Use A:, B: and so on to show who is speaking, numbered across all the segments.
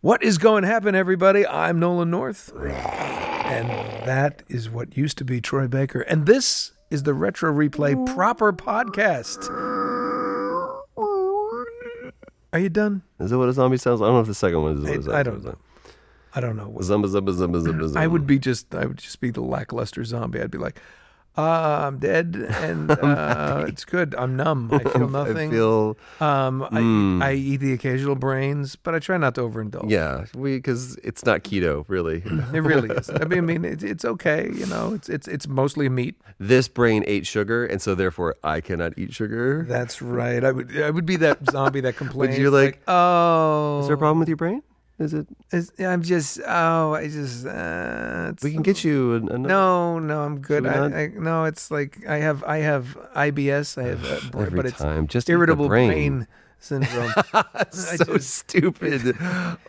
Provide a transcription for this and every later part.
A: What is going to happen, everybody? I'm Nolan North. And that is what used to be Troy Baker. And this is the Retro Replay Proper Podcast. Are you done?
B: Is that what a zombie sounds? I don't know if the second one is what
A: I-
B: it
A: I
B: sounds
A: don't
B: like.
A: I don't know. what-
B: Zumba, zumba, zumba, zumba, zumba.
A: I would be just, I would just be the lackluster zombie. I'd be like, uh, I'm dead and uh, it's good. I'm numb. I feel
B: I
A: nothing.
B: feel. Hmm.
A: um, I, I eat the occasional brains, but I try not to overindulge.
B: Yeah, we because it's not keto, really.
A: It really is. I mean, I mean, it, it's okay. You know, it's it's it's mostly meat.
B: this brain ate sugar, and so therefore I cannot eat sugar.
A: That's right. I would I would be that zombie that complains.
B: you like-
A: oh,
B: Is there a problem with your brain? Is it?
A: it's- I'm just oh, I just uh, it's,
B: We can get you an, another.
A: no, no, I'm good.
B: we
A: I,
B: not-
A: I, no, it's like I have I have IBS. I have uh, br-
B: Every
A: but it's
B: time, just eat the
A: irritable
B: brain.
A: syndrome. I
B: so
A: just-
B: stupid.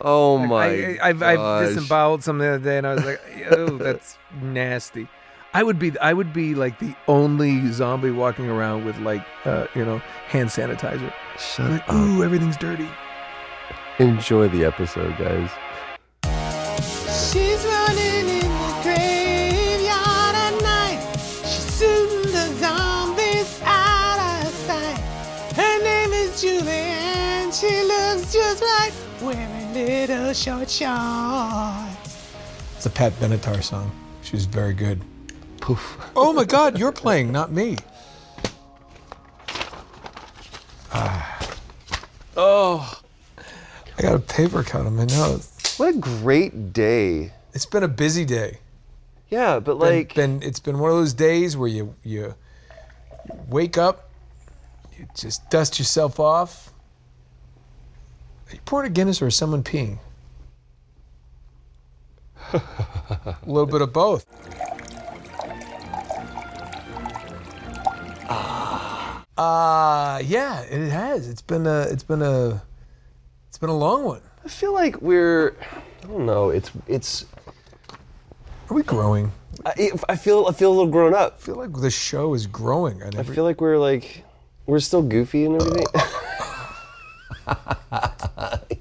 B: Oh my!
A: I, I, I've, I've
B: gosh.
A: disemboweled something the other day, and I was like, "Oh, that's nasty." I would be, I would be like the only zombie walking around with like, uh, you know, hand sanitizer.
B: Shut
A: Like,
C: Uh,
B: up.
A: ooh, everything's dirty.
B: Enjoy the episode, guys.
C: She's running in the graveyard at night. She's shooting the zombies out of sight. Her name is Julie and she looks just right, wearing little short shorts. It's a Pat Benatar song. She's very good.
B: Poof.
C: Oh my God, you're playing, not me. Oh, I got a paper cut on my nose.
B: What a great day.
C: It's been a busy day.
B: Yeah, but like
C: been it's been one of those days where you you wake up, you just dust yourself off. Are you pouring a Guinness or is someone peeing? a little bit of both. Ah, yeah, it has. It's been a it's been a it's been a long one.
B: I feel like we're. I don't know. It's it's.
C: Are we growing?
B: I, I feel I feel a little grown up.
C: I feel like the show is growing. I
B: I
C: never
B: feel like we're like we're still goofy and everything.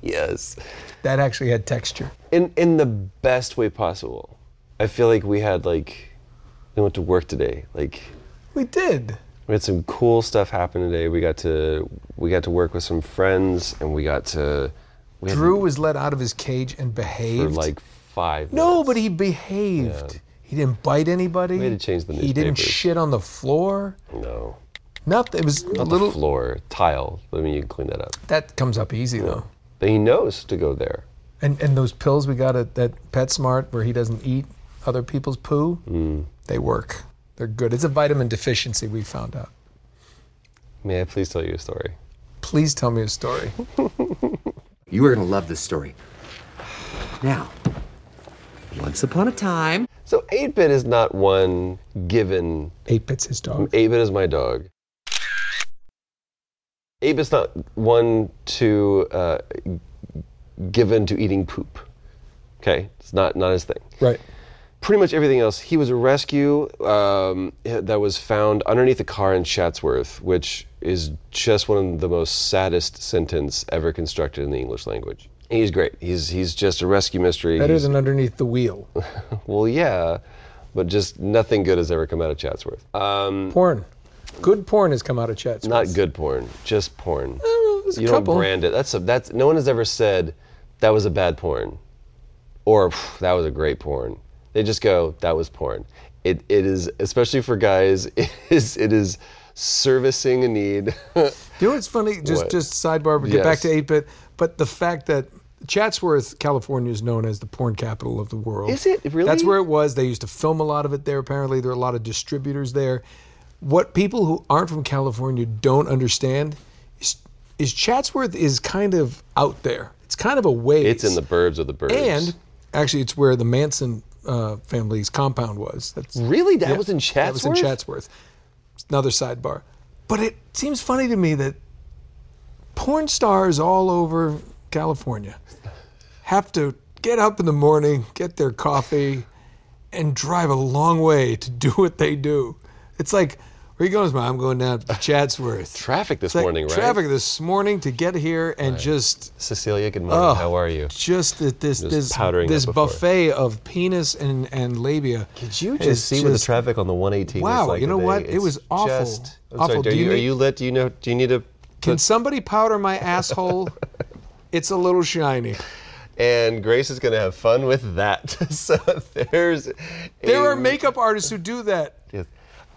B: yes.
C: that actually had texture.
B: In in the best way possible. I feel like we had like we went to work today. Like
C: We did.
B: we had some cool stuff happen today. We got to we got to work with some friends and we got to we had
C: Drew was let out of his cage and
B: for
C: behaved.
B: like five
C: no,
B: minutes.
C: but he behaved. He didn't bite anybody.
B: We had to change the
C: He didn't
B: newspapers.
C: shit on the floor.
B: No.
C: Nothing. It was a
B: Not
C: little.
B: the floor, tile. I mean you can clean that up.
C: That comes up easy though.
B: But he knows to go there.
C: And and those pills we got at that PetSmart where he doesn't eat other people's poo,
B: Mm.
C: they work. They're good. It's a vitamin deficiency we found out.
B: May I please tell you a story?
C: Please tell me a story.
D: You are going to love this story. Now, once upon a time,
B: So 8-bit is not one given
C: Eight bits his dog.
B: 8 bit is my dog. 8 bit's not one to uh, given to eating poop. Okay? It's not, not his thing.
C: Right.
B: Pretty much everything else. He was a rescue um, that was found underneath a car in Chatsworth, which is just one of the most saddest sentence ever constructed in the English language. He's great. He's he's just a rescue mystery.
C: Better
B: He's-
C: than underneath the wheel.
B: well, yeah, but just nothing good has ever come out of Chatsworth. Um,
C: Porn. Good porn has come out of Chet's.
B: Not good porn, just porn.
C: there's a
B: you don't
C: couple.
B: brand it. That's a, that's no one has ever said that was a bad porn, or "Phew, that was a great porn. They just go that was porn. It it is especially for guys. It is it is servicing a need.
C: You know what's funny? Just
B: What?
C: just sidebar, but get back
B: Yes.
C: to eight bit. But the fact that Chatsworth, California, is known as the porn capital of the world.
B: Is it? Really?
C: That's where it was. They used to film a lot of it there. Apparently, there are a lot of distributors there. What people who aren't from California don't understand is, is Chatsworth is kind of out there. It's kind of a ways.
B: it's in the burbs of the burbs.
C: and actually, it's where the Manson uh, family's compound was. That's
B: really, that
C: yeah,
B: was in
C: That
B: Chatsworth.
C: was in Chatsworth. Another sidebar. But it seems funny to me that porn stars all over California have to get up in the morning, get their coffee, and drive a long way to do what they do. It's like
A: Where you going tomorrow? I'm going down to Chatsworth.
B: Traffic this
A: It's like
B: morning, right?
A: Traffic this morning to get here and just
B: Cecilia, good morning.
A: Oh.
B: How are you?
A: just at this
B: Just
A: this
B: powdering
A: this
B: up before.
A: buffet of penis and and labia.
B: Did you
A: It's
B: just see what the
A: just-
B: traffic on the 118 was
A: Wow,
B: like
A: you know
B: today?
A: what? It
B: It's
A: was awful.
B: Just, I'm Sorry,
A: Awful. Do
B: are,
A: you
B: you, are
A: need-
B: you lit? Do you know? Do you need to?
A: Can somebody powder my asshole? it's a little shiny.
B: And Grace is going to have fun with that. so there's.
A: There
B: a-
A: are makeup artists who do that.
B: Yes.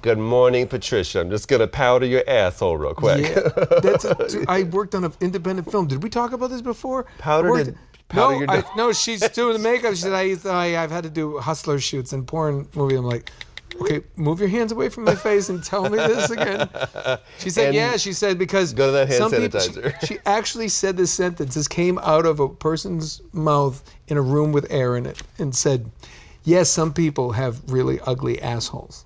B: Good morning, Patricia. I'm just going to powder your asshole real quick.
A: Yeah, that's a, dude, I worked on an independent film. Did we talk about this before?
B: Powder
A: I worked-
B: did- powder
A: no,
B: your
A: I,
B: nose.
A: no, she's doing the makeup. She said, I, I, I've had to do hustler shoots and porn movie. I'm like, okay, move your hands away from my face and tell me this again. She said,
B: And
A: yeah. She said because
B: go to that hand
A: some people- she-
B: sanitizer.
A: she actually said this sentence. This came out of a person's mouth in a room with air in it, and said, yes, some people have really ugly assholes,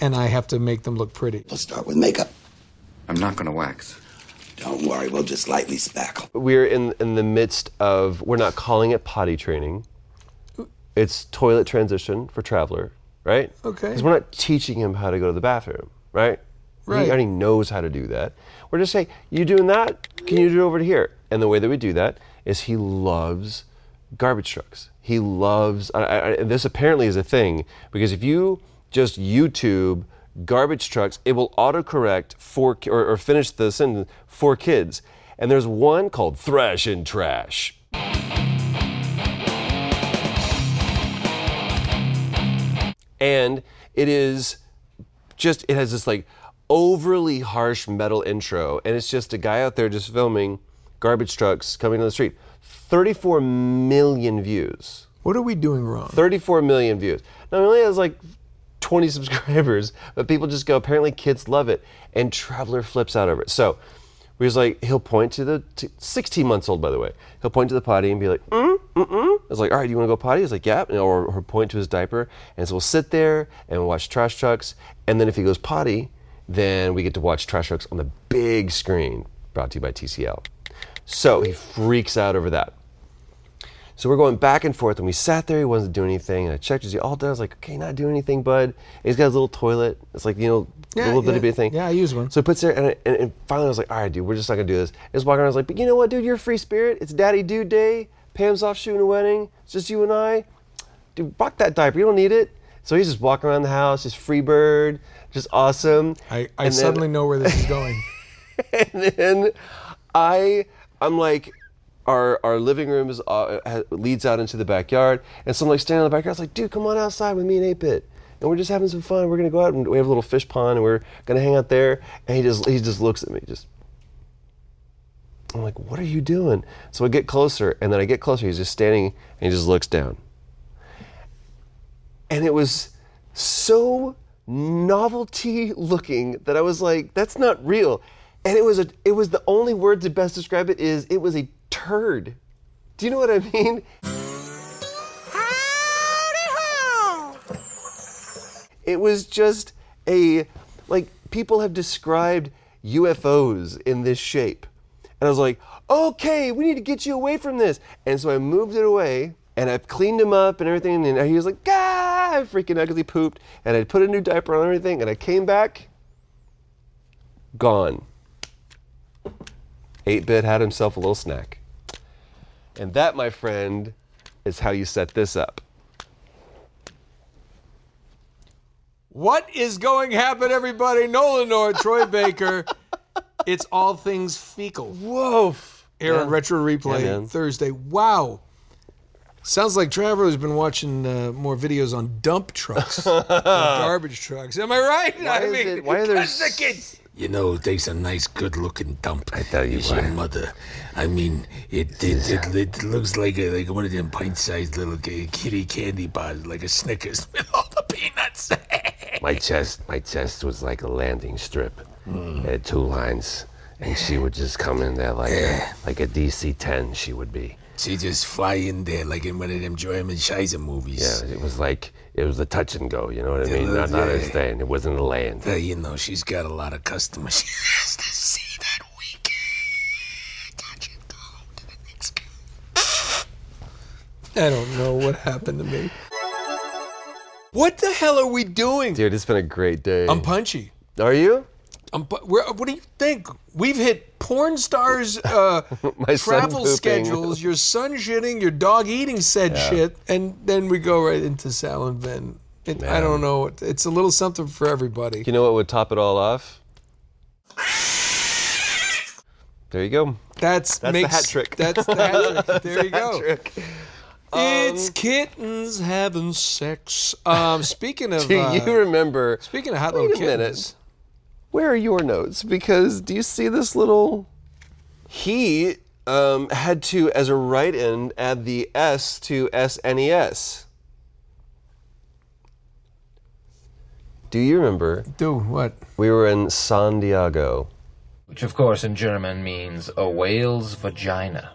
A: and I have to make them look pretty.
E: We'll start with makeup.
D: I'm not gonna wax.
E: Don't worry, we'll just lightly spackle.
B: We're in, in the midst of, we're not calling it potty training, it's toilet transition for traveler, right?
A: Okay.
B: Because we're not teaching him how to go to the bathroom, right?
A: Right.
B: He already knows how to do that. We're just saying, you doing that? Can you do it over here? And the way that we do that is he loves garbage trucks. He loves, I, I, I- this apparently is a thing because if you just YouTube garbage trucks, it will autocorrect for, ki- or, or finish the sentence for kids. And there's one called Thrash and Trash. and it is just it has this like overly harsh metal intro and it's just a guy out there just filming garbage trucks coming down the street 34 million views
A: What are we doing wrong?
B: 34 million views now it only has like 20 subscribers but people just go apparently kids love it and traveler flips out over it so we was like he'll point to the to, 16 months old by the way he'll point to the potty and be like mm, I was like, all right, you want to go potty? He's like, yeah. And- Or, or point to his diaper. And so we'll sit there and watch trash trucks. And then if he goes potty, then we get to watch trash trucks on the big screen brought to you by TCL. So he freaks out over that. So we're going back and forth, and we sat there. He wasn't doing anything, and I checked. Is he all done? I was like, "Okay, not doing anything, bud." And he's got his little toilet. It's like you know, a
A: Yeah,
B: little
A: yeah.
B: bitty bit thing.
A: Yeah, I use one.
B: So he puts there, and, I- and, and finally I was like, "All right, dude, we're just not gonna do this." I was walking around. I was like, "But you know what, dude? You're a free spirit. It's Daddy Dude Day. Pam's off shooting a wedding. It's just you and I. Dude, buck that diaper. You don't need it." So he's just walking around the house, just free bird, just awesome.
A: I, I
B: And then-
A: suddenly know where this is going.
B: and then I I'm like our our living room is uh, ha- leads out into the backyard, and so I'm like standing in the backyard. I was like, dude, come on outside with me and Eight Bit, and we're just having some fun. We're gonna go out and we have a little fish pond, and we're gonna hang out there. And he just he just looks at me, just I'm like, what are you doing? So I get closer, and then I get closer. He's just standing, and he just looks down. And it was so novelty looking that I was like, that's not real. And it was a, it was the only word to best describe it is it was a turd. Do you know what I mean?
C: Howdy ho!
B: It was just a like people have described UFOs in this shape. And I was like, okay, we need to get you away from this. And so I moved it away and I cleaned him up and everything. And he was like, ah, freaking out 'cause he pooped. And I put a new diaper on and everything. And I came back, gone. 8 bit had himself a little snack. And that, my friend, is how you set this up.
A: what is going happen, everybody? Nolan Orr, Troy Baker. It's all things fecal.
B: Woof.
A: Here on Retro Replay
B: Yeah, man.
A: Thursday. Wow. Sounds like Traveler's been watching uh, more videos on dump trucks, and garbage trucks. Am I right?
B: Why
A: I
B: is it- why are there
A: that's the
B: s-
A: kids.
F: You know, it takes a nice, good-looking dump. I
B: tell you uh,
F: your
B: what.
F: mother. I mean, it it, it, it looks like a, like one of them pint-sized little ki- kitty candy bars, like a Snickers with all the peanuts.
G: My chest, my chest was like a landing strip.
B: Hmm.
G: It had two lines, and she would just come in there like a, like a DC-10. She would be.
F: she just fly in there like in one of them German Scheiser movies.
G: Yeah, it was like it was a touch and go. You know what I mean? Not, not a stay, and It wasn't a land.
F: Uh, you know, she's got a lot of customers. She has to see that weekend. Touch and go to the next guy.
A: I don't know what happened to me. What the hell are we doing?
B: Dude, it's been a great day.
A: I'm punchy.
B: Are you?
A: Um, but we're, what do you think? We've hit porn stars' uh,
B: My son
A: travel
B: pooping.
A: schedules, your son shitting, your dog eating said shit, and then we go right into Sal and Ben. It, I don't know. It- It's a little something for everybody.
B: You know what would top it all off? There you go.
A: That's,
B: the
A: makes,
B: hat trick.
A: That's the hat trick. Um, There you go. It's kittens having sex. Um, speaking of,
B: Do
A: uh,
B: you remember?
A: speaking of hot
B: Wait
A: little
B: a minute.
A: kittens,
B: Where are your notes? Because do you see this little? He um, had to, as a right end, add the S E to SNES. Do you remember?
A: do what?
B: We were in San Diego.
H: which of course in German means a whale's vagina.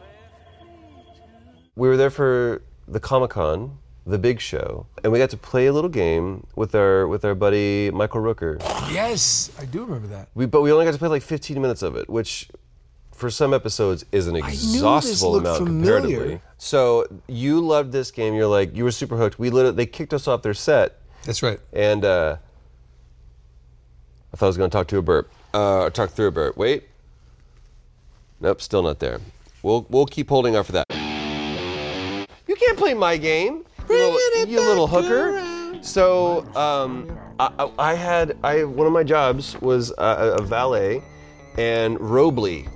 B: we were there for the Comic Con, the big show, and we got to play a little game with our with our buddy Michael Rooker.
A: Yes, I do remember that.
B: We but we only got to play like 15 minutes of it, which for some episodes is an
A: this
B: exhaustible
A: looked
B: amount
A: familiar.
B: comparatively. So you loved this game. You're like you were super hooked. We lit they kicked us off their set,
A: That's right.
B: and uh, I thought I was going to talk to a burp. Uh, or talk through a burp. Wait, nope, still not there. We'll we'll keep holding out for that. You can't play my game, you little, you little hooker. So um, I, I I had I one of my jobs was uh, a valet, and Robley.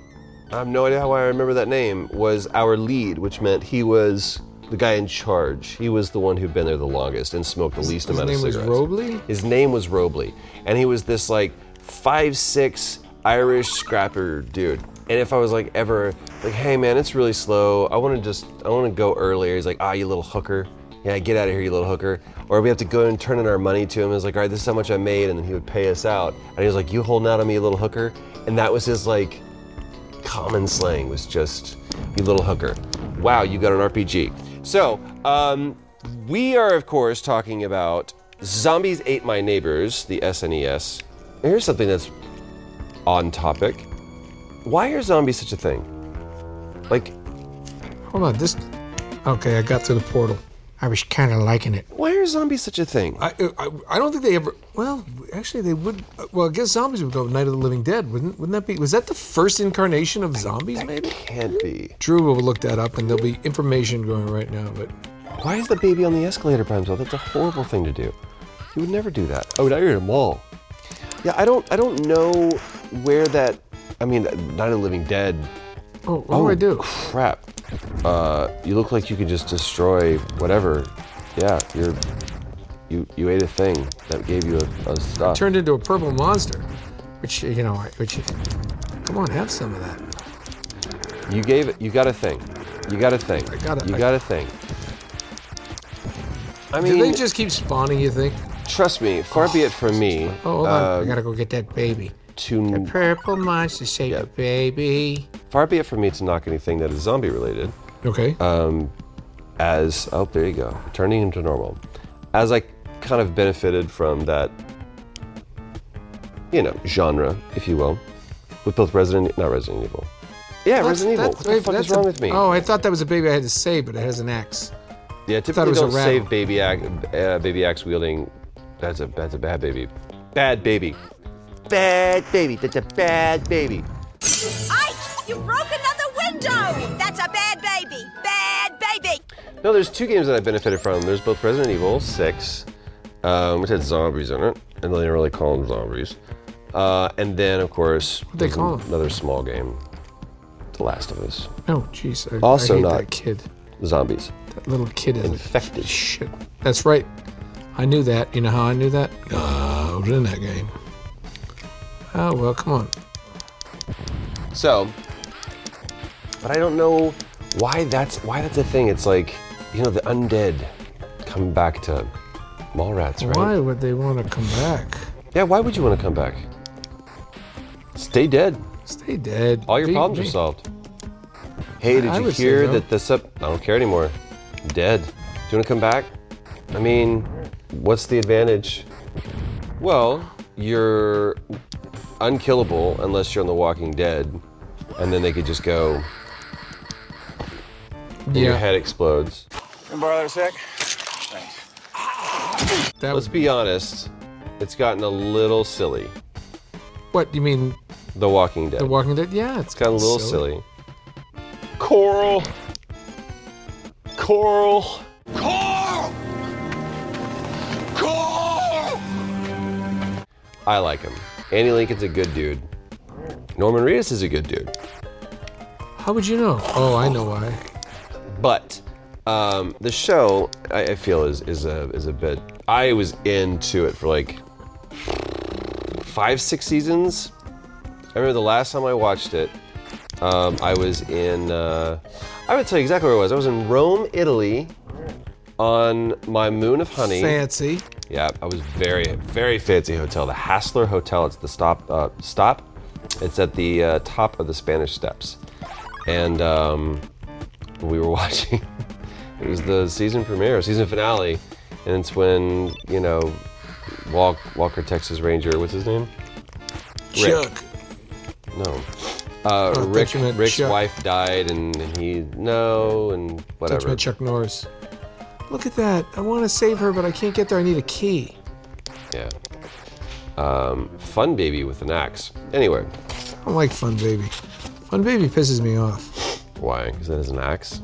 B: I have no idea how I remember that name. Was our lead, which meant he was the guy in charge. He was the one who'd been there the longest and smoked the least
A: His
B: amount
A: name
B: of
A: was
B: cigarettes.
A: Robley?
B: His name was Robley, and he was this like five six Irish scrapper dude. And if I was like ever like, hey man, it's really slow. I want to just I want to go earlier. He's like, ah, you little hooker. Yeah, get out of here, you little hooker. Or we have to go and turn in our money to him. It was like, all right, this is how much I made, and then he would pay us out. And he was like, you holding out on me, you little hooker. And that was his like common slang was just you little hooker. Wow, you got an RPG. So, um, we are of course talking about Zombies Ate My Neighbors, the SNES. Here's something that's on topic. Why are zombies such a thing? Like,
A: Hold on, this. Okay, I got to the portal. I was kind of liking it.
B: why are zombies such a thing?
A: I, I, I don't think they ever. Well, actually, they would. uh, Well, I guess zombies would go Night of the Living Dead, wouldn't? Wouldn't that be? Was that the first incarnation of zombies? Maybe.
B: Can't be.
A: Drew will look that up, and there'll be information going right now. But
B: Why is the baby on the escalator by himself? That's a horrible thing to do. You would never do that. Oh, now you're in a mall. Yeah, I don't. I don't know where that. I mean, Night of the Living Dead.
A: oh, what do I do?
B: Crap. Uh, you look like you could just destroy whatever. Yeah, you're. You you ate a thing that gave you a, a stuff.
A: Turned into a purple monster, which you know, I- which. Come on, have some of that.
B: You gave it. You got a thing. You got a thing.
A: I got a-
B: You
A: I-
B: got a thing. I
A: Do
B: mean,
A: they just keep spawning? You think?
B: trust me. Far be it from me uh,
A: Oh, hold on,
B: Um,
A: I gotta go get that baby.
B: to
A: Purple monster, save the
B: Yep.
A: baby.
B: Far be it from me to knock anything that is zombie related,
A: Okay.
B: Uh, as, oh, there you go, turning into normal. As I kind of benefited from that, you know, genre, if you will, with both Resident, not Resident Evil. Yeah,
A: That's-
B: Resident Evil.
A: that's-
B: What the fuck
A: that's
B: is wrong
A: a-
B: with me?
A: Oh, I thought that was a baby I had to save, but it has an axe.
B: yeah,
A: thought it
B: typically
A: was a
B: don't
A: rattle.
B: save baby axe, uh, baby axe wielding. That's a that's a bad baby. Bad baby. Bad baby. That's a bad baby.
I: Ike, you broke another window! That's a bad baby! Bad baby!
B: No, there's two games that I benefited from. There's both Resident Evil 6, um, which had zombies in it, and they didn't really call them zombies. Uh, and then, of course,
A: they
B: there's
A: call 'em?
B: another small game, The Last of Us.
A: Oh, jeez. I,
B: Also
A: I hate
B: not-
A: that kid.
B: Zombies.
A: That little kid is
B: Infected.
A: Shit. That's right. I knew that. You know how I knew that? Uh, I was in that game. Oh well, come on.
B: So, but I don't know why that's why that's a thing. It's like, you know, the undead come back to Mallrats, right?
A: Why would they want to come back?
B: Yeah, why would you want to come back? Stay dead.
A: Stay dead.
B: All your
A: Be-
B: problems
A: be-
B: are solved. Hey, did
A: I
B: you
A: would say
B: hear
A: no.
B: that the sub? I don't care anymore. Dead. Do you want to come back? I mean, what's the advantage? Well, you're unkillable unless you're on The Walking Dead, and then they could just go. and Your
A: Yeah.
B: head explodes.
A: That
B: Let's
A: was
B: be honest. It's gotten a little silly.
A: What you mean,
B: The Walking Dead.
A: The Walking Dead? Yeah, it's
B: it's got a little silly. Coral. Coral.
E: Carl! Carl!
B: I like him. Andy Lincoln's a good dude. Norman Reedus is a good dude.
A: How would you know? Oh, I know why.
B: But um, the show, I, I feel, is is a is a bit. I was into it for like five, six seasons. I remember the last time I watched it. Um, I was in. Uh, I would tell you exactly where I was. I was in Rome, Italy, on my moon of honey.
A: Fancy.
B: Yeah, I was very, very fancy hotel. The Hassler Hotel. It's the stop. Uh, stop. It's at the uh, top of the Spanish Steps, and um, we were watching. it was the season premiere, season finale, and it's when you know, Walk, Walker Texas Ranger. What's his name? Rick.
A: Chuck.
B: No. Uh,
A: thought
B: Rick,
A: you meant
B: Rick's
A: Chuck.
B: wife died, and, and he no, and
A: That's
B: whatever.
A: my Chuck Norris. Look at that. I want to save her, but I can't get there. I need a key.
B: Yeah. Um, fun baby with an axe. Anyway,
A: I don't like Fun Baby. Fun Baby pisses me off.
B: why? Because that is an axe.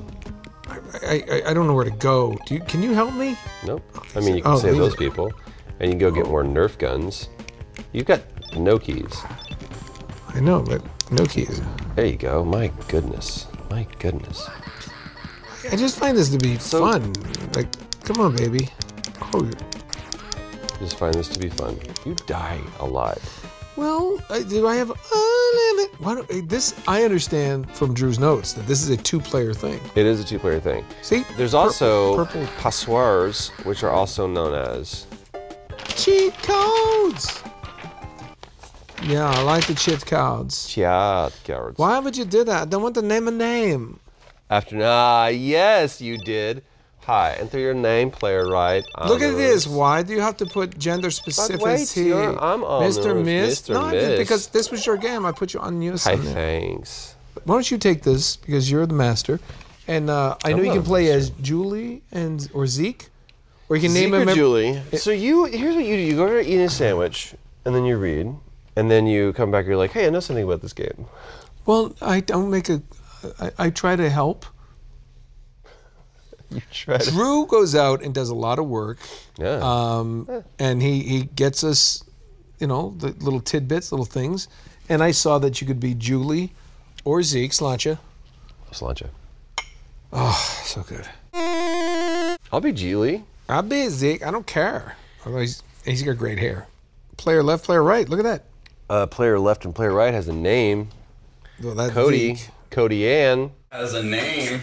A: I, I, I don't know where to go. Do you, can you help me?
B: Nope. I mean, you can
A: Oh,
B: save
A: these
B: those
A: are-
B: people, and you can go get more Nerf guns. You've got no keys.
A: I know, but no keys.
B: There you go. My goodness. My goodness.
A: I just find this to be
B: So-
A: fun. Like, come on, baby. Oh,
B: Just find this to be fun. You die alive.
A: well, I, do I have unlimited? Why don't, eh, this I understand from Drew's notes that this is a two-player thing.
B: It is a two-player thing.
A: See,
B: There's
A: Pur-
B: also
A: purple
B: passoires, which are also known as.
A: cheat codes. Yeah, I like the cheat codes.
B: Chiat cards.
A: Why would you do that? I don't want to name a name.
B: After ah yes you did. Hi, enter your name, player. Right.
A: Look at this.
B: Honorus.
A: Why do you have to put gender specificity?
B: you're- I'm on
A: Mr.
B: those,
A: Miss.
B: Mr.
A: No, I did
B: Miss.
A: because this was your game. I put you on news.
B: Hi,
A: on there.
B: thanks.
A: Why don't you take this because you're the master, and uh, I know you
B: not
A: can
B: a
A: play as Julie and or Zeke, or you can
B: Zeke
A: name him
B: or Julie. So you here's what you do: you go over to eat a sandwich, and then you read, and then you come back. and You're like, hey, I know something about this game.
A: Well, I don't make a. I, I try to help.
B: Try to-
A: Drew goes out and does a lot of work, um,
B: Yeah.
A: Uh, and he he gets us, you know, the little tidbits, little things. And I saw that you could be Julie, or Zeke Slancha.
B: Slancha.
A: So good.
B: I'll be Julie.
A: I'll be Zeke. I don't care. Although he's he's got great hair. Player left, player right. Look at that.
B: Uh, player left and player right has a name.
A: Well, that's
B: Cody.
A: Zeke.
B: Cody Ann.
E: Has a name.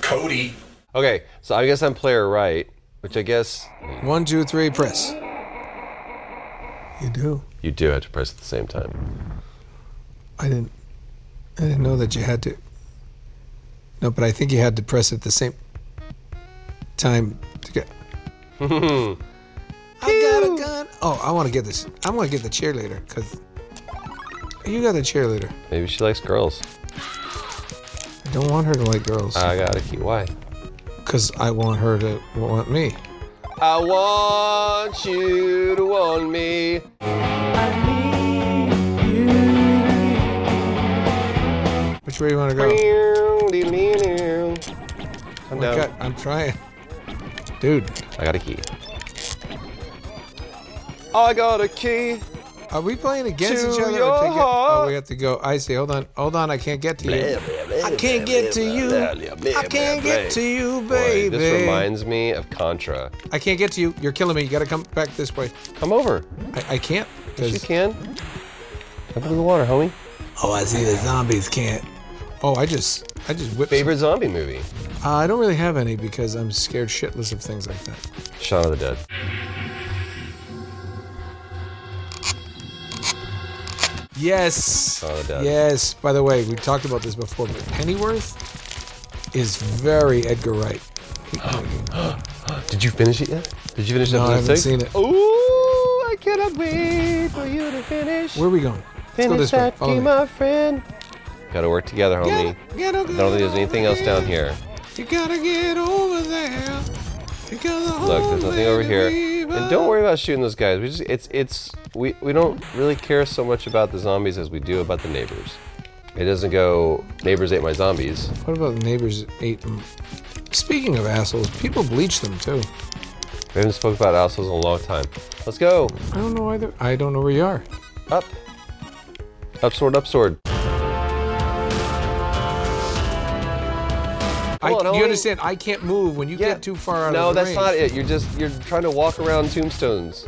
E: Cody.
B: Okay, so I guess I'm player right, which I guess
A: One, two, three, press. You do.
B: you do have to press at the same time.
A: I didn't. I didn't know that you had to. No, but I think you had to press at the same time to get. I got a gun. Oh, I want to get this. I want to get the cheerleader because you got the cheerleader.
B: Maybe she likes girls.
A: I don't want her to like girls
B: I got a key. Why?
A: because I want her to want me.
B: I want you to want me.
A: Which way do you want to go?
B: I'm
A: My
B: down.
A: God, I'm trying, dude.
B: I got a key. I got a key.
A: Are we playing against
B: To
A: each other?
B: your
A: or to get- oh,
B: heart.
A: we have to go. I see. Hold on. Hold on. I can't get to you. I can't get to you. I can't get to you,
B: Boy,
A: baby.
B: this reminds me of Contra.
A: I can't get to you. You're killing me. You got to come back this way.
B: Come over.
A: I, I can't.
B: Yes, you
A: 'cause-
B: can. Jump into the water, homie.
A: Oh, I see. The zombies can't. Oh, I just, I just whipped.
B: Favorite zombie movie?
A: Uh, I don't really have any because I'm scared shitless of things like that.
B: Shaun of the Dead.
A: Yes.
B: Oh, it does.
A: Yes. By the way, we talked about this before, but Pennyworth is very Edgar Wright.
B: Did you finish it yet? Did you finish
A: No, I
B: episode
A: haven't
B: six?
A: seen it.
B: Ooh, I cannot wait for you to finish.
A: Where are we going? Let's go
B: finish
A: this way.
B: that
A: Follow
B: game,
A: me.
B: my friend. Gotta work together, homie.
A: Gotta- gotta
B: I don't think
A: get
B: there's anything
A: over
B: else down
A: there.
B: here.
A: You gotta get over there.
B: Look, there's nothing over here. And don't worry about shooting those guys. We just it's it's we, we don't really care so much about the zombies as we do about the neighbors. It doesn't go neighbors ate my zombies.
A: What about the neighbors ate them? Speaking of assholes, people bleach them too.
B: We haven't spoke about assholes in a long time. Let's go.
A: I don't know either. I don't know where you are.
B: Up. Up sword, up sword. on,
A: I, you
B: only-
A: understand? I can't move when you
B: Yeah.
A: get too far out
B: No,
A: of the
B: that's not it. You're just you're trying to walk around tombstones.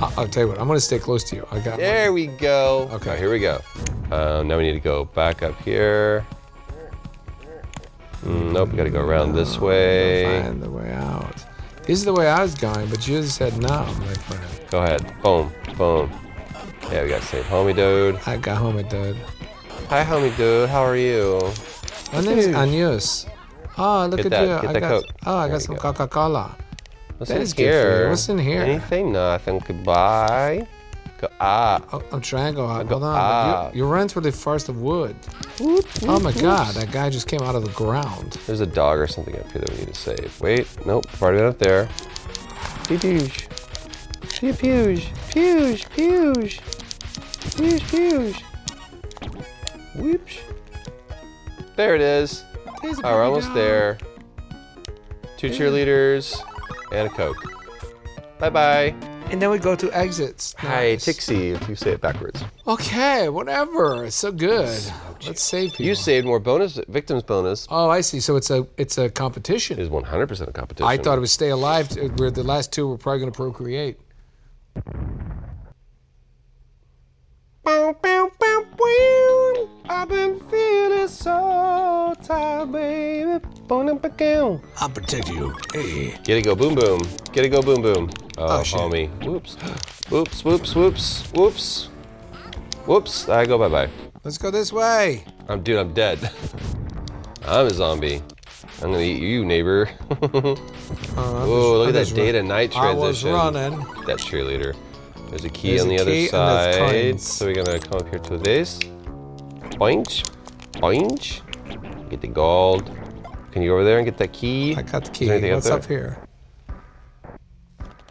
A: not it. I'll tell you what. I'm gonna stay close to you. I got.
B: There we go.
A: Okay.
B: Alright, here we go. Uh, now we need to go back up here. Mm, nope, we gotta go around this
A: Oh,
B: way.
A: Find the way out. This is the way I was going, but you just said no, my friend.
B: Go ahead. Boom. Boom. Yeah, we got save homie dude.
A: I got home at dude.
B: Hi homie dude, how are you?
A: My name is Anus. Oh, look
B: Get
A: at
B: that-
A: you.
B: get
A: I
B: that
A: got,
B: Coke.
A: Oh, I
B: There
A: got
B: you
A: some
B: go.
A: Coca Cola.
B: What's
A: That
B: in
A: is good for you.
B: here?
A: What's in here?
B: Anything? Nothing. Goodbye. Go, ah.
A: Oh, I'm trying to go out. Hold on.
B: Ah.
A: You, you run through the forest of wood. oh my god, that guy just came out of the ground.
B: There's a dog or something up here that we need to save. Wait, nope, I've already been up there. Pew-pews. Pew-pews. Pews, pews. Pews, pews. Whoops. There it is.
A: There's a
B: Oh, we're
A: baby
B: almost
A: dog.
B: there. Two cheerleaders and a Coke. Bye bye.
A: And then we go to exits.
B: Hi,
A: Nice.
B: Tixie, if you say it backwards.
A: Okay, whatever. It's so good. Let's save people.
B: You saved more bonus, victims bonus
A: oh, I see. So it's a it's a competition.
B: is 100% a competition.
A: I thought it was stay alive, t- where the last two were probably going to procreate.
B: Bow, bow, bow, wow. I've been feeling so tired, baby. Boom, boom, boom, boom.
F: I'll protect you. Hey,
B: Get it, go, boom, boom. Get it, go, boom, boom. Oh,
A: Oh, shit.
B: homie. Whoops. Whoops, whoops, whoops, whoops. Whoops. I go bye bye.
A: Let's go this way.
B: I'm dude. I'm dead. I'm a zombie. I'm gonna eat you, neighbor. Whoa, look at that
A: just run-
B: data night
A: I
B: transition.
A: was running.
B: That cheerleader. There's a key
A: There's
B: on
A: a
B: the other
A: key and there's
B: side.
A: coins.
B: So we're gonna come up here to this. Boinch, boinch. Get the gold. Can you go over there and get that key?
A: I got the
B: Is
A: key.
B: there anything
A: What's
B: there?
A: up here?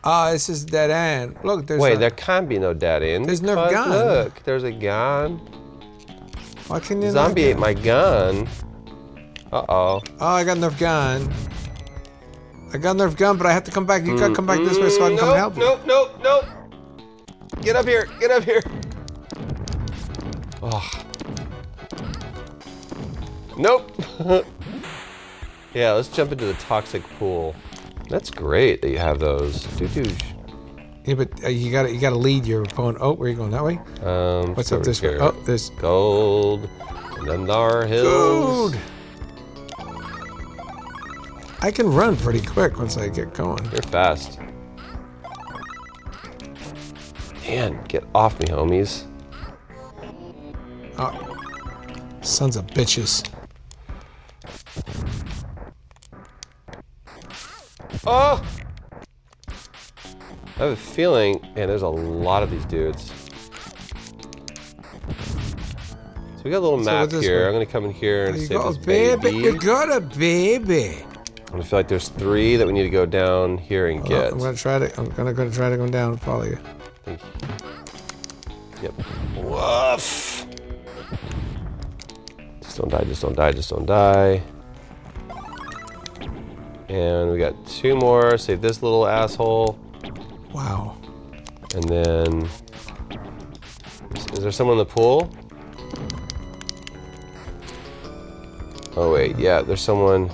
A: Ah, this is dead end. Look, there's
B: Wait,
A: a,
B: there can't be no dead end.
A: There's no
B: because
A: gun.
B: Look, there's a gun.
A: Why can you
B: Zombie
A: Not
B: ate my gun. Uh oh.
A: oh, I got Nerf gun. I got Nerf gun, but I have to come back. You gotta come back this way so I can come help you.
B: Mm-hmm. Nope, nope, nope. Get up here, get up here. Oh. Nope. yeah, let's jump into the toxic pool. That's great that you have those. Doo-doosh.
A: Yeah, but uh, you gotta you gotta lead your opponent. Oh, where are you going that way?
B: Um,
A: What's
B: over
A: up this way?
B: here.
A: Oh, there's
B: Gold. And then there are hills.
A: dude. I can run pretty quick once I get going.
B: You're fast. Man, get off me, homies.
A: Oh. Sons of bitches.
B: Oh! I have a feeling, man, there's a lot of these dudes. So we got a little map
A: what's this
B: here.
A: one?
B: I'm gonna come in here and
A: You
B: save
A: got
B: this
A: a baby.
B: baby.
A: You got a baby. Oh,
B: I feel like there's three that we need to go down here and
A: Well,
B: get.
A: I'm gonna try to. I'm gonna, gonna try to go down and follow you.
B: Thank you. Yep. Woof! Just don't die, just don't die, just don't die. And we got two more. Save this little asshole.
A: Wow.
B: And then, is there someone in the pool? Oh wait, yeah, there's someone.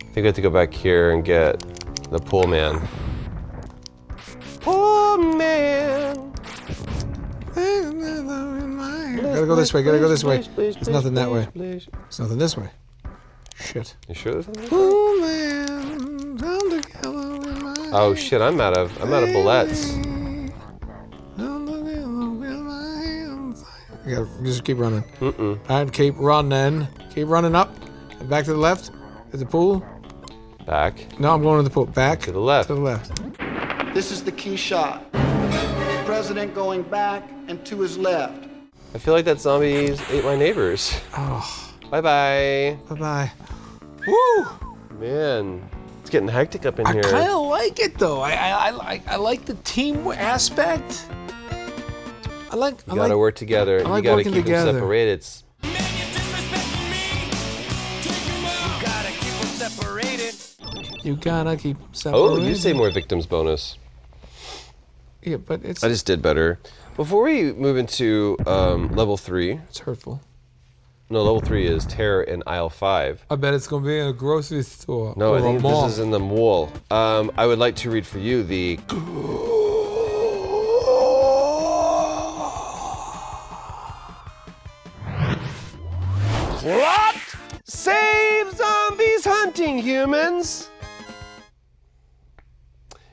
B: I think we have to go back here and get the pool man. Pool man.
A: Gotta go this way. Gotta go this way. There's nothing that way. There's nothing this way. Shit.
B: You sure? there's nothing?
A: Oh man, I'm the yellow in my
B: Oh shit, I'm out of I'm out of bullets.
A: eye. I'm the yellow in my hands. You gotta just keep running. Mm-mm. And keep running. Keep running up. And back to the left. At the pool.
B: Back
A: No, I'm going to the pool. Back.
B: to the left.
A: To the left.
J: This is the key shot. The president going back and to his left.
B: I feel like that zombies ate my neighbors.
A: Oh,
B: Bye bye.
A: bye bye. Woo!
B: Man, It's getting hectic up in
A: I
B: here.
A: kind of like it though. I I, I like I like the team aspect. I like
B: You
A: I
B: gotta
A: like
B: work together.
A: I
B: and you
A: like
B: gotta
A: working
B: keep
A: together.
B: them separated. It's
A: you gotta keep them
B: oh,
A: separated.
B: you say more victims bonus.
A: Yeah, but it's
B: I just did better. Before we move into um, level three,
A: it's hurtful.
B: no, level three is terror in aisle five.
A: I bet it's gonna be in a grocery store
B: No,
A: or
B: I think
A: a mall.
B: this is in the mall. Um, I would like to read for you the What? Save zombies hunting humans.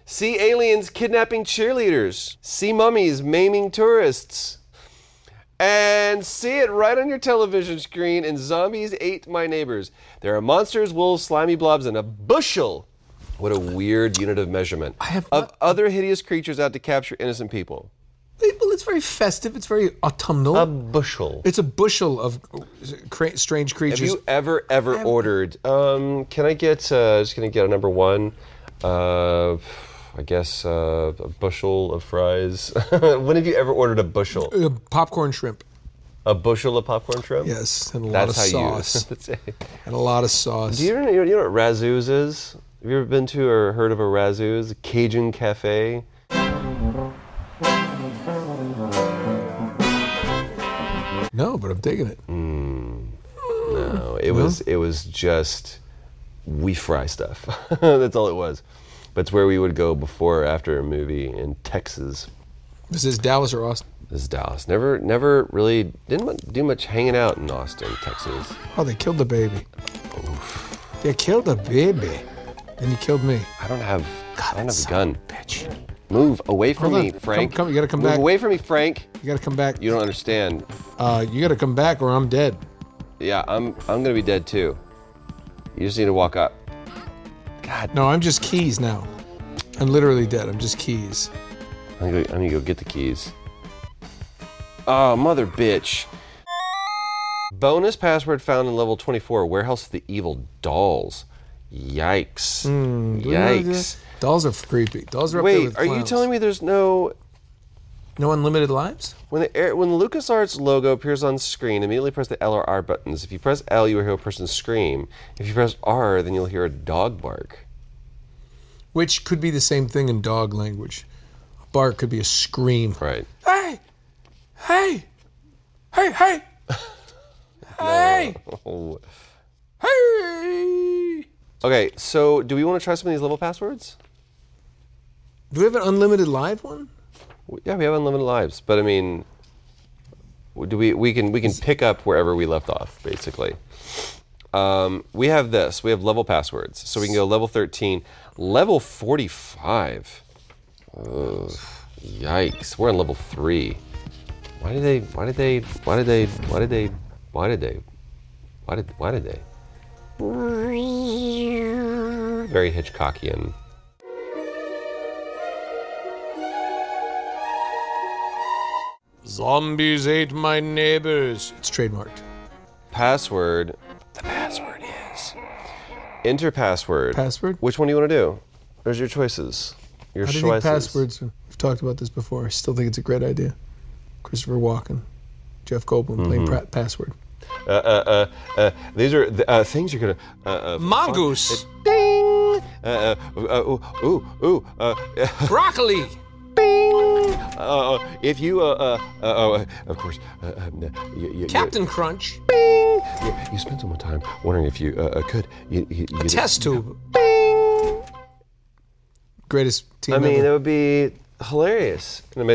B: See aliens kidnapping cheerleaders. See mummies maiming tourists. And see it right on your television screen in Zombies Ate My Neighbors. There are monsters, wolves, slimy blobs, and a bushel. What a weird unit of measurement. of other hideous creatures out to capture innocent people.
A: Well, it's very festive. It's very autumnal.
B: A bushel.
A: it's a bushel of cra- strange
B: Have
A: creatures.
B: you ever, ever ordered? Um, can I get? Uh, just gonna get a number one. Uh, I guess uh, a bushel of fries. when have you ever ordered a bushel?
A: Uh, popcorn shrimp.
B: A bushel of popcorn shrimp?
A: Yes, and a lot
B: That's
A: of
B: how
A: sauce.
B: you. That's-
A: and a lot of sauce.
B: Do you know, you know what Razoo's is? Have you ever been to or heard of a Razoo's? A Cajun cafe?
A: no, but I'm digging it.
B: Mm. No, it was it was just we fry stuff. That's all it was. But it's where we would go before or after a movie in Texas.
A: This is Dallas or Austin.
B: This is Dallas. Never never really didn't mu- do much hanging out in Austin, Texas.
A: Oh, they killed the baby. They killed the baby. And you killed me.
B: I don't have I don't have a
A: son of
B: gun.
A: Bitch.
B: Move away from
A: Hold
B: me,
A: on. Come-
B: Frank.
A: come- you gotta come
B: Move
A: back.
B: away from me, Frank.
A: You gotta come back.
B: You don't understand.
A: Uh, you gotta come back or I'm dead.
B: Yeah, I'm I'm gonna be dead too. You just need to walk up.
A: No, I'm just keys now. I'm literally dead. I'm just keys.
B: I'm gonna, I'm gonna go get the keys. Oh, mother bitch. Bonus password found in level 24 Warehouse of the Evil Dolls. Yikes.
A: Hmm,
B: Yikes.
A: Dolls are creepy. Dolls are up there
B: Wait,
A: with
B: are you
A: clowns.
B: telling me there's no.
A: no unlimited lives?
B: When the air, when the LucasArts logo appears on screen, immediately press the L or R buttons. If you press L, you will hear a person scream. If you press R, then you'll hear a dog bark.
A: Which could be the same thing in dog language. A bark could be a scream.
B: Right.
A: Hey! Hey! Hey! Hey! hey!
B: Oh.
A: Hey!
B: Okay, so do we want to try some of these level passwords?
A: Do we have an unlimited live one?
B: Yeah, we have unlimited lives, but I mean, w- do we? We can we can pick up wherever we left off, basically. Um, we have this. We have level passwords, so we can go level thirteen, level forty-five. Ugh, yikes! We're on level three. Why did they? Why did they? Why did they? Why did they? Why did they? Why did? Why did they? Very Hitchcockian.
A: Zombies ate my neighbors. It's trademarked.
B: Password. The password is. Enter password.
A: Password?
B: Which one do you want to do? There's your choices. Your
A: How do you think
B: choices.
A: passwords? We've talked about this before. I still think it's a great idea. Christopher Walken, Jeff Goldblum
B: Mm-hmm.
A: playing pra- password.
B: Uh, uh, uh, uh, these are the, uh, things you're gonna. Uh, uh,
A: Mongoose,
B: Ding. Uh, uh, uh, ooh, ooh, ooh. Uh,
A: broccoli.
B: bing. Uh, uh, if you. Uh, uh, uh, oh, uh, of course. Uh, um, uh, you, you,
A: Captain Crunch,
B: You, you, you spent so much time wondering if you uh, uh, could. You, you, you
A: test tube. Greatest team
B: I mean, it
A: ever.
B: would be hilarious. And I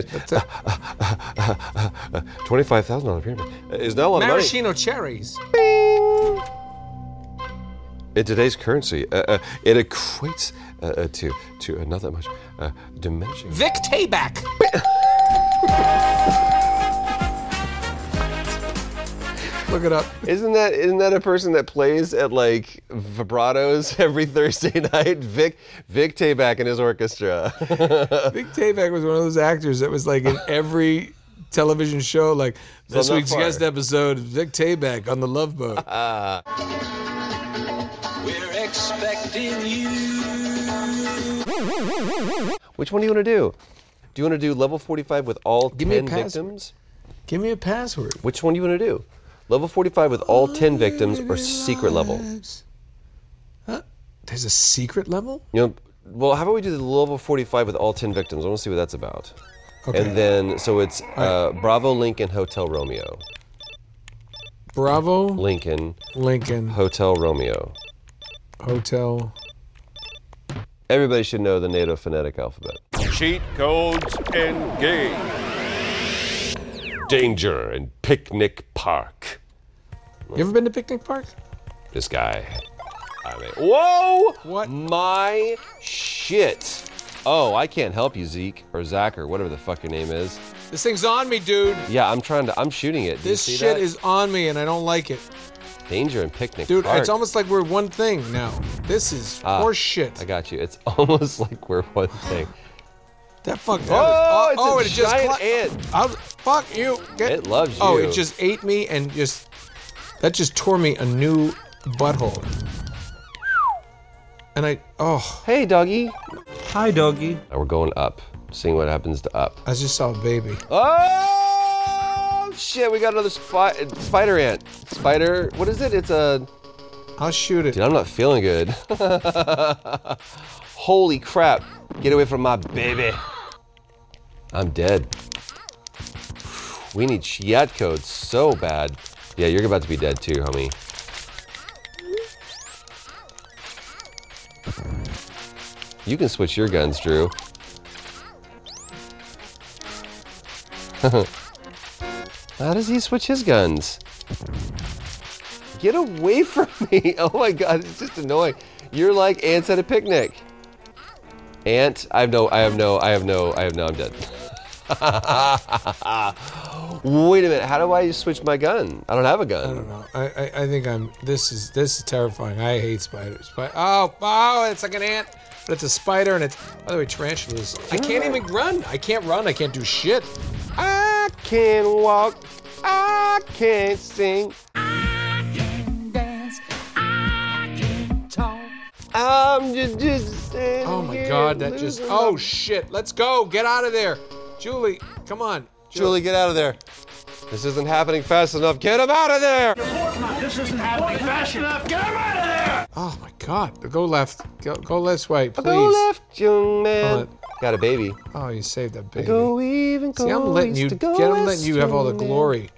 B: mean, twenty-five thousand dollar pyramid is not a lot of money
A: Maraschino cherries.
B: in today's currency. Uh, uh, it equates uh, uh, to to uh, not that much uh, diminishing.
A: Vic Tayback. Look it up.
B: Isn't that isn't that a person that plays at like vibratos every Thursday night? Vic Vic Tayback and his orchestra.
A: Vic Tayback was one of those actors that was like in every television show. Like this
B: not
A: week's
B: far.
A: guest episode, Vic Tayback on the Love Boat.
K: We're expecting you.
B: Which one do you want to do? Do you want to do level 45 with all
A: Give me a
B: 10
A: password.
B: victims?
A: Give me a password.
B: Which one do you want to do? Level 45 with all 10 victims or secret level?
A: There's a secret level?
B: You know, well, how about we do the level 45 with all 10 victims? I want to see what that's about.
A: Okay.
B: And then, so it's uh, Bravo Lincoln Hotel Romeo.
A: Bravo
B: Lincoln
A: Lincoln
B: Hotel Romeo.
A: Hotel.
B: Everybody should know the NATO phonetic alphabet.
L: Cheat codes engage.
G: Danger in Picnic Park.
A: You ever been to Picnic Park?
G: This guy. I mean,
B: Whoa! What? My shit. Oh, I can't help you, Zeke or Zach or whatever the fuck your name is.
A: This thing's on me, dude.
B: Yeah, I'm trying to. I'm shooting it. Do
A: This
B: you see
A: shit
B: that?
A: is on me, and I don't like it,
B: danger in picnic.
A: dude.
B: Park.
A: It's almost like we're one thing now. This is
B: Ah,
A: horse shit.
B: I got you. It's almost like we're one thing.
A: That fuck. That
B: Oh,
A: was-
B: it's a giant
A: ant. I was, fuck you. Get,
B: It loves
A: Oh,
B: you.
A: it just ate me and just that just tore me a new butthole. And I oh.
B: Hey, doggy.
A: Hi, doggy.
B: Now we're going up, seeing what happens to up.
A: I just saw a baby.
B: Oh shit! We got another spy- spider ant. Spider. What is it? It's a.
A: I'll shoot it.
B: Dude, I'm not feeling good. Holy crap! Get away from my baby. I'm dead. We need Chiat codes so bad. Yeah, you're about to be dead too, homie. You can switch your guns, Drew. How does he switch his guns? Get away from me! Oh my god, it's just annoying. You're like ants at a picnic. Ant, I have no, I have no, I have no, I have no, I'm dead. Wait a minute, how do I switch my gun? I don't have a gun.
A: I, I, I think I'm this is this is terrifying. I hate spiders. But oh oh it's like an ant. But it's a spider and it's by the way, tarantulas. I can't even run. I can't run. I can't do shit. Ah,
B: I can walk. I can sing. I'm just, just
A: Oh my god, that just oh shit. Let's go. Get out of there. Julie, come on.
B: Julie, get out of there. This isn't happening fast enough. Get him out of there!
K: This isn't happening fast enough. Get him out of there!
A: Oh my god. Go left. Go, go left way, please.
B: Go left, young man.
A: Hold
B: Got a baby.
A: Oh, you saved that baby.
B: Go even go
A: See, I'm letting
B: east
A: you
B: to
A: get
B: go
A: I'm
B: west,
A: letting you have all the
B: young man.
A: glory.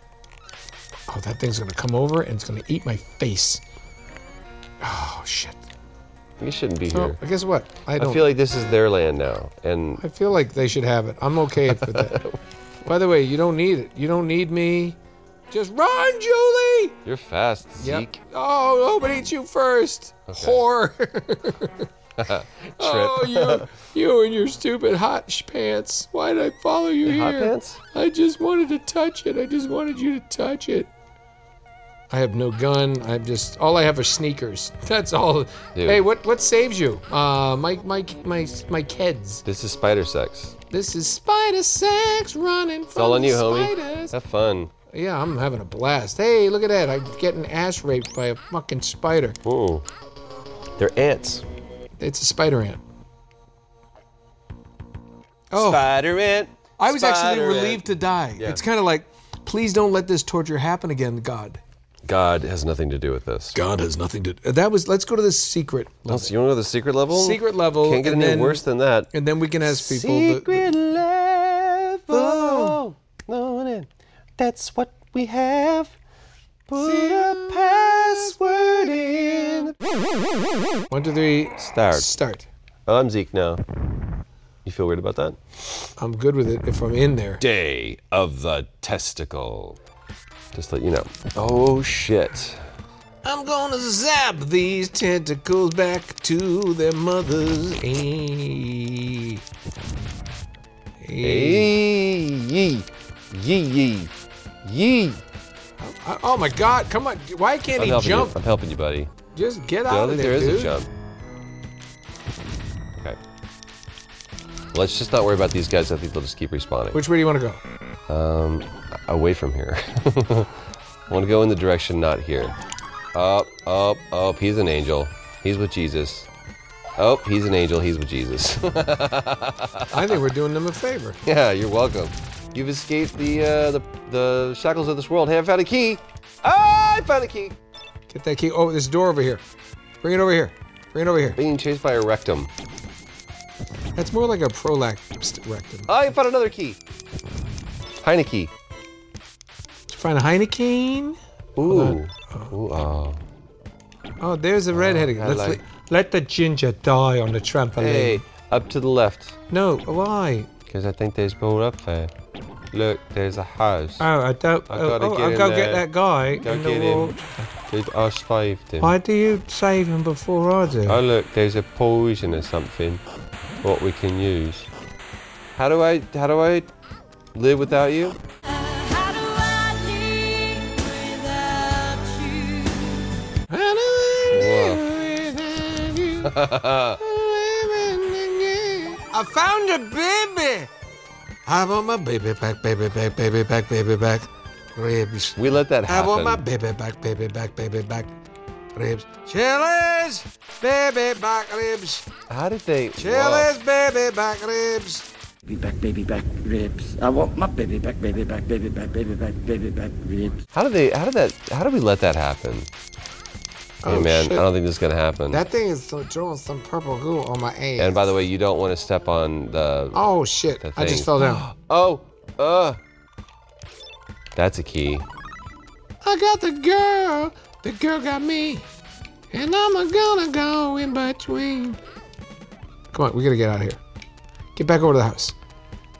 A: Oh, that thing's gonna come over and it's gonna eat my face. Oh shit.
B: We shouldn't be
A: So
B: here.
A: guess what? I
B: I
A: don't
B: feel like this is their land now, and
A: I feel like they should have it. I'm okay with that. By the way, you don't need it. You don't need me. Just run, Julie!
B: you're fast,
A: Yep.
B: Zeke.
A: Oh, nobody eats you first. Whore.
B: Trip.
A: Oh, you, you and your stupid hot sh- pants. Why did I follow you
B: Your hot
A: here?
B: pants?
A: I just wanted to touch it. I just wanted you to touch it. I have no gun. I'm just all I have are sneakers. That's all.
B: Dude.
A: Hey, what what saves you? Uh, my my my my kids.
B: This is spider sex.
A: This is spider sex running from
B: It's all on you, homie.
A: spiders.
B: Have fun.
A: Yeah, I'm having a blast. Hey, look at that! I'm getting ass raped by a fucking spider.
B: Ooh. They're ants.
A: It's a spider ant. Oh.
B: Spider ant.
A: I was actually
B: Spider ant.
A: relieved to die.
B: Yeah.
A: It's kind of like, please don't let this torture happen again, God.
B: God has nothing to do with this.
F: God has nothing to.
A: Uh, That was. Let's go to the secret.
B: Oh, so you want to go to the secret level?
A: Secret level,
B: Can't get
A: and
B: any
A: then-
B: worse than that.
A: And then we can ask people. the- Oh.
B: Secret level.
K: Oh. That's what we have. Put a password in.
A: one, two, three.
B: Start.
A: Start.
B: Oh, I'm Zeke now. You feel weird about that?
A: I'm good with it if I'm in there.
G: Day of the Testicle.
B: Just let you know. Oh shit.
A: I'm gonna zap these tentacles back to their mothers. Eh.
F: Eh.
A: Hey. Eh.
B: Hey, yee, yee, yee, yee.
A: Uh, Oh my God! Come on! Why can't
B: I'm
A: he
B: helping
A: jump?
B: you. I'm helping you, buddy.
A: Just get
B: I
A: out
B: don't
A: of
B: think
A: there,
B: there is
A: dude.
B: a jump. Okay. Let's just not worry about these guys. I think they'll just keep respawning.
A: Which way do you want to go?
B: Um, away from here. I want to go in the direction not here. Up, up, up. He's an angel. He's with Jesus. Oh, he's an angel. He's with Jesus.
A: I think we're doing them a favor.
B: yeah, you're welcome. You've escaped the, uh, the the shackles of this world. Hey, I found a key. I found a key.
A: Get that key. Oh, there's a door over here. Bring it over here. Bring it over here.
B: Being chased by a rectum.
A: That's more like a prolax rectum.
B: I found another key. Heineke.
A: Did you find a Heineken?
B: Ooh. Ooh. Oh.
A: Oh, there's a redhead again.
B: I
A: Let's
B: like-
A: le- let the ginger die on the trampoline.
B: Hey, up to the left.
A: No, why?
B: Because I think there's more up there. Look, there's a house.
A: Oh, I don't.
B: I
A: oh,
B: gotta
A: oh,
B: get
A: I'll
B: in
A: go
B: there.
A: get that guy.
B: Go
A: in the
B: get
A: wall.
B: him. Did I saved him.
A: Why do you save him before I do?
B: Oh look, there's a poison or something. What we can use. How do I how do I live without you? Whoa.
A: I found a baby. I want my baby back, baby back, baby back, baby back. Ribs.
B: we let that
A: I
B: happen.
A: want my baby back, baby back, baby back. Ribs. Chili's baby back ribs.
B: How did they?
A: Chili's baby back ribs.
M: Baby back, baby back ribs. I want my baby back, baby back, baby back, baby back, baby back ribs.
B: How did they? How did that? How did we let that happen?
A: Oh,
B: hey man,
A: shit.
B: I don't think this is gonna happen.
A: That thing is throwing some purple goo on my ass.
B: and by the way, you don't want to step on the.
A: oh shit!
B: The
A: I just
B: thing.
A: fell down.
B: Oh, uh. That's a key.
C: I got the girl, the girl got me, and I'm a gonna go in between.
A: Come on, we gotta get out of here. Get back over to the house.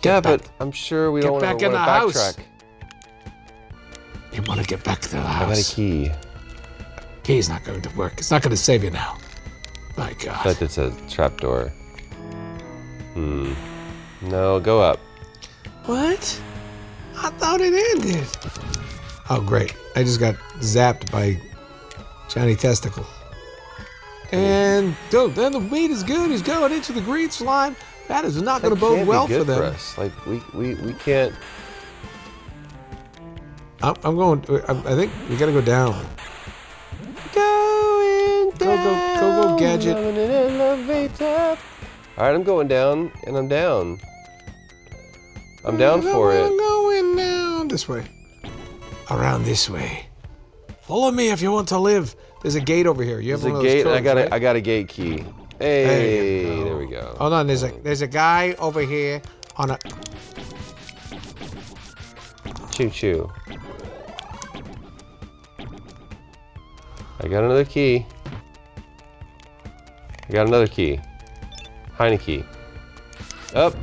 B: yeah, but I'm sure we
A: Get
B: don't want to
A: back
B: backtrack.
A: in the house. They want to get back to the
B: I got a
A: house.
B: key.
A: Key's not going to work. It's not going to save you now. My God.
B: But it's a trapdoor. Hmm. No, go up.
A: What? I thought it ended. Oh, great. I just got zapped by Johnny Testicle. And dude, then the meat is good. He's going into the green slime. That is not going
B: That
A: to bode
B: can't
A: well
B: be good
A: for them.
B: us. Like we, we, we can't.
A: I'm, I'm going. I'm- I think we got to go down.
B: Going
A: Go, go, go, go, gadget.
B: All right, I'm going down, and I'm down. I'm down for
A: I'm
B: it.
A: going down this way. Around this way. Follow me if you want to live. There's a gate over here. You have
B: There's a
A: one
B: gate.
A: Of those
B: I got
A: it.
B: a, I got a gate key. Hey, there we go.
A: Hold on. There's a there's a guy over here on a.
B: Choo choo. I got another key. I got another key. Heineke. Up.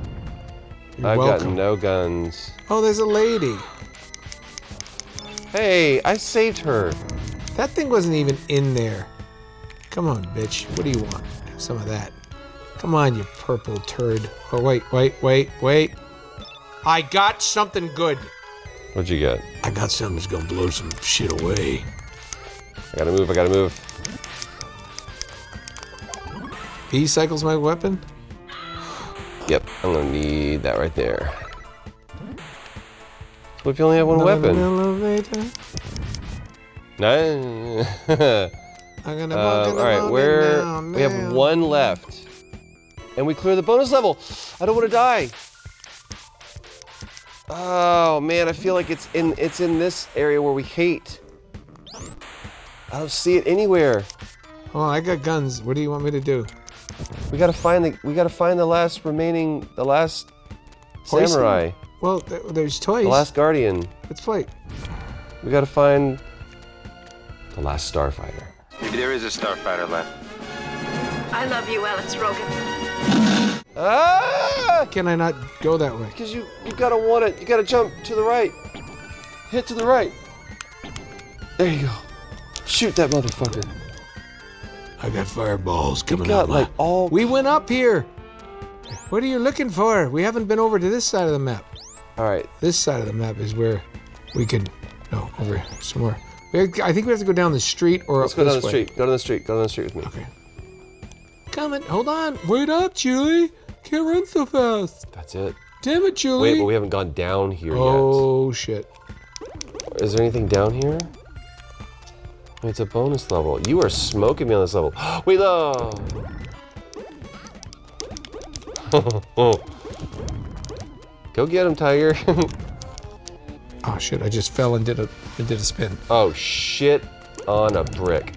B: I've got
A: welcome.
B: no guns.
A: Oh, there's a lady.
B: Hey, I saved her.
A: That thing wasn't even in there. Come on, bitch. What do you want? Have some of that. Come on, you purple turd. Oh wait, wait, wait, wait. I got something good.
B: What'd you get?
F: I got something that's gonna blow some shit away.
B: I gotta move. I gotta move.
A: He cycles my weapon.
B: Yep, I'm gonna need that right there. What if you only have one
A: Another
B: weapon?
A: Elevator.
B: No.
A: I'm gonna walk in
B: Um,
A: the
B: all right,
A: lobby
B: where
A: now,
B: we have
A: now.
B: one left, and we clear the bonus level. I don't want to die. Oh man, I feel like it's in it's in this area where we hate. I don't see it anywhere.
A: Oh, I got guns. What do you want me to do?
B: We gotta find the we gotta find the last remaining the last
A: Poison?
B: samurai,
A: Well, th- there's toys.
B: the last guardian.
A: Let's play.
B: We gotta find the last starfighter.
N: Maybe there is a starfighter left.
I: I love you, Alex Rogan.
B: Ah!
A: Can I not go that way?
B: Because you you gotta want it. You gotta jump to the right. Hit to the right. There you go. Shoot that motherfucker.
F: I got fireballs coming
B: got,
F: out
B: like,
F: my.
B: all.
A: We went up here. What are you looking for? We haven't been over to this side of the map.
B: All right.
A: This side of the map is where we could. No, over here, some more. We have, I think we have to go down the street or
B: Let's
A: up
B: go
A: this
B: down the
A: way.
B: street. Go down the street. Go down the street with me. Okay.
A: Coming. Hold on. Wait up, Julie. Can't run so fast.
B: That's it.
A: Damn it, Julie.
B: Wait, but we haven't gone down here
A: oh shit.
B: yet. Is there anything down here? It's a bonus level. You are smoking me on this level. Wait, low. Go get him, Tiger.
A: oh shit! I just fell and did a and did a spin.
B: Oh shit on a brick.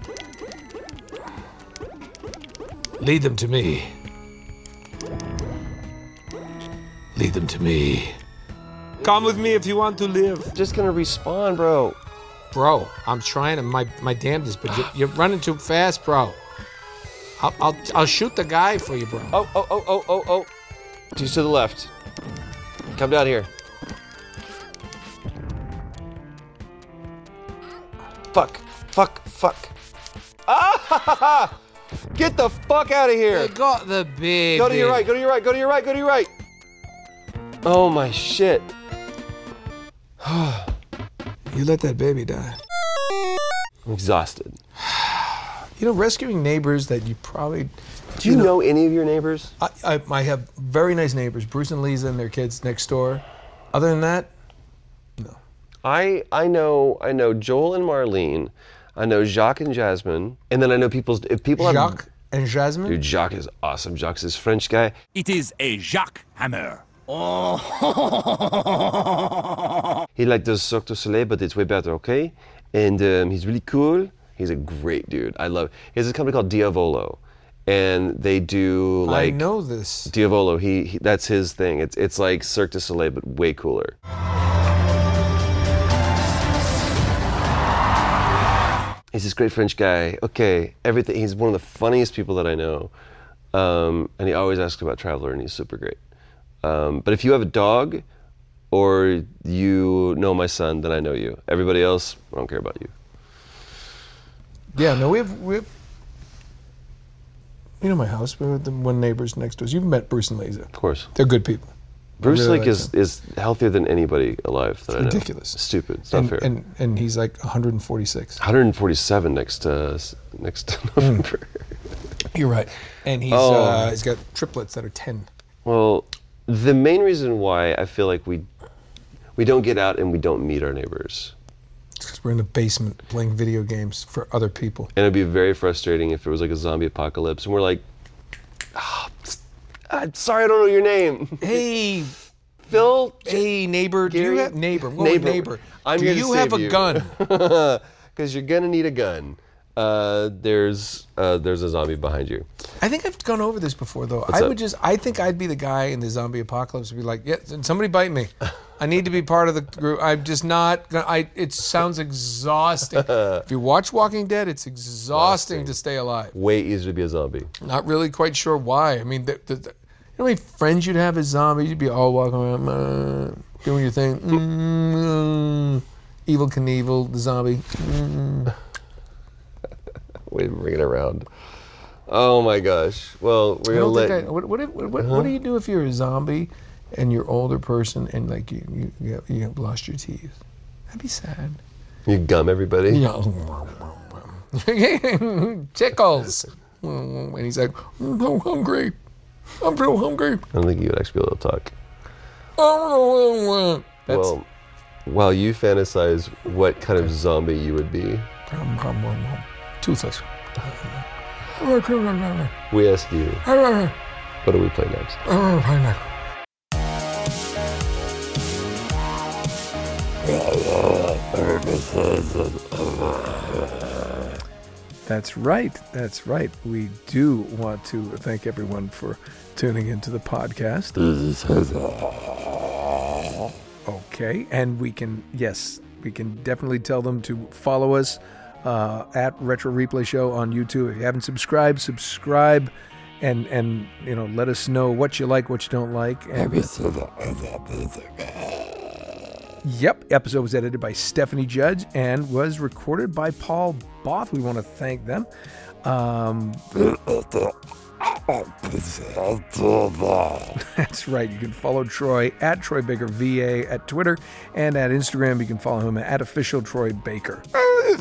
F: Lead them to me. Lead them to me.
A: Come with me if you want to live.
B: Just gonna respawn, bro.
A: Bro, I'm trying to my my damnedest, but you're, you're running too fast, bro. I'll, I'll I'll shoot the guy for you, bro.
B: Oh oh oh oh oh oh. He's to the left. Come down here. Fuck. Fuck. Fuck. Ah! Get the fuck out of here.
A: They got the big.
B: Go to your right. Go to your right. Go to your right. Go to your right. Oh my shit.
A: You let that baby die.
B: I'm exhausted.
A: You know, rescuing neighbors that you probably.
B: Do you know any of your neighbors?
A: I, I, I have very nice neighbors, Bruce and Lisa and their kids next door. Other than that,
B: I I know I know Joel and Marlene, I know Jacques and Jasmine, and then I know people's if people have
A: Jacques and Jasmine.
B: Dude, Jacques is awesome. Jacques is this French guy.
O: It is a Jacques hammer.
B: He like does Cirque du Soleil, but it's way better, okay? And um, he's really cool. He's a great dude. I love. He has this company called Diavolo, and they do like
A: I know this.
B: Diavolo. He, he that's his thing. It's it's like Cirque du Soleil, but way cooler. He's this great French guy. Okay, everything. He's one of the funniest people that I know, um, and he always asks about Traveler, and he's super great. Um, but if you have a dog, or you know my son, then I know you. Everybody else, I don't care about you.
A: Yeah, no, we have we have. You know my house. We have the one neighbors next to us. You've met Bruce and Lisa.
B: Of course.
A: They're good people.
B: Bruce
A: really
B: Lake
A: like
B: is, is healthier than anybody alive that I know.
A: ridiculous.
B: Stupid. It's not
A: And,
B: fair.
A: and and he's like 146.
B: 147 next uh, s- next November.
A: You're right. And he's
B: Oh.
A: uh, he's got triplets that are 10.
B: Well, the main reason why I feel like we we don't get out and we don't meet our neighbors,
A: Because we're in the basement playing video games for other people.
B: and it'd be very frustrating if it was like a zombie apocalypse, and we're like, ah, I'm sorry, I don't know your name.
A: Hey,
B: Phil.
A: Hey, neighbor. do
B: Gary-
A: you have neighbor? What neighbor? neighbor?
B: I'm
A: do
B: here to
A: you have
B: save
A: a gun?
B: Because you're gonna need a gun. Uh, there's uh, there's a zombie behind you.
A: I think I've gone over this before, though.
B: What's
A: I
B: up?
A: would just, I think I'd be the guy in the zombie apocalypse to be like, yeah, somebody bite me. I need to be part of the group. I'm just not, gonna, I, it sounds exhausting. if you watch Walking Dead, it's exhausting to stay alive.
B: Way easier to be a zombie.
A: Not really quite sure why. I mean, the, the, the, you know how many friends you'd have as zombies? You'd be all walking around, uh, doing your thing. Mm, evil Knievel, the zombie. Mm.
B: Way to bring it around. Oh my gosh. Well,
A: I
B: we're gonna
A: don't
B: let. Uh-huh.
A: think I, what, what, if- what, what, what do you do if you're a zombie and you're older person and like you you, you, have, you have lost your teeth? That'd be sad.
B: You gum everybody.
A: Tickles. And he's like, I'm so hungry. I'm so hungry.
B: I don't think you would actually be able to talk.
A: Oh, That's
B: well, while you fantasize what kind of zombie you would be,
A: um, toothless.
B: we ask you,
A: Pineapple.
B: what do we play next?
A: That's right. That's right. We do want to thank everyone for tuning into the podcast. Okay. And we can, yes, we can definitely tell them to follow us uh, at Retro Replay Show on YouTube. If you haven't subscribed, subscribe. And, and you know, let us know what you like, what you don't like. And, Yep, episode was edited by Stephanie Judge and was recorded by Paul Boff. We want to thank them. Um, that's right. You can follow Troy at Troy Baker VA at Twitter and at Instagram. You can follow him at official Troy Baker. I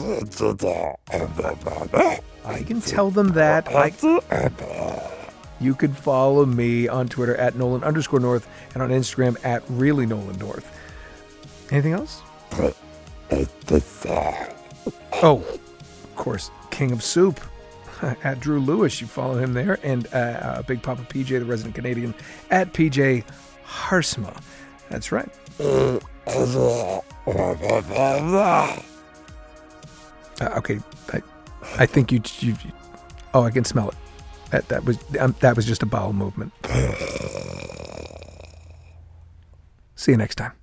A: can tell them that. I, you can follow me on Twitter at Nolan underscore North and on Instagram at really Nolan North. Anything else? Oh,
C: course, King of Soup. At Drew Lewis, you follow him there, and uh, uh, Big Papa PJ, the resident Canadian, at PJ Harsma. That's right. Uh, okay, I, I think you, you, you- Oh, I can smell it. That that was um, that was just a bowel movement. See you next time.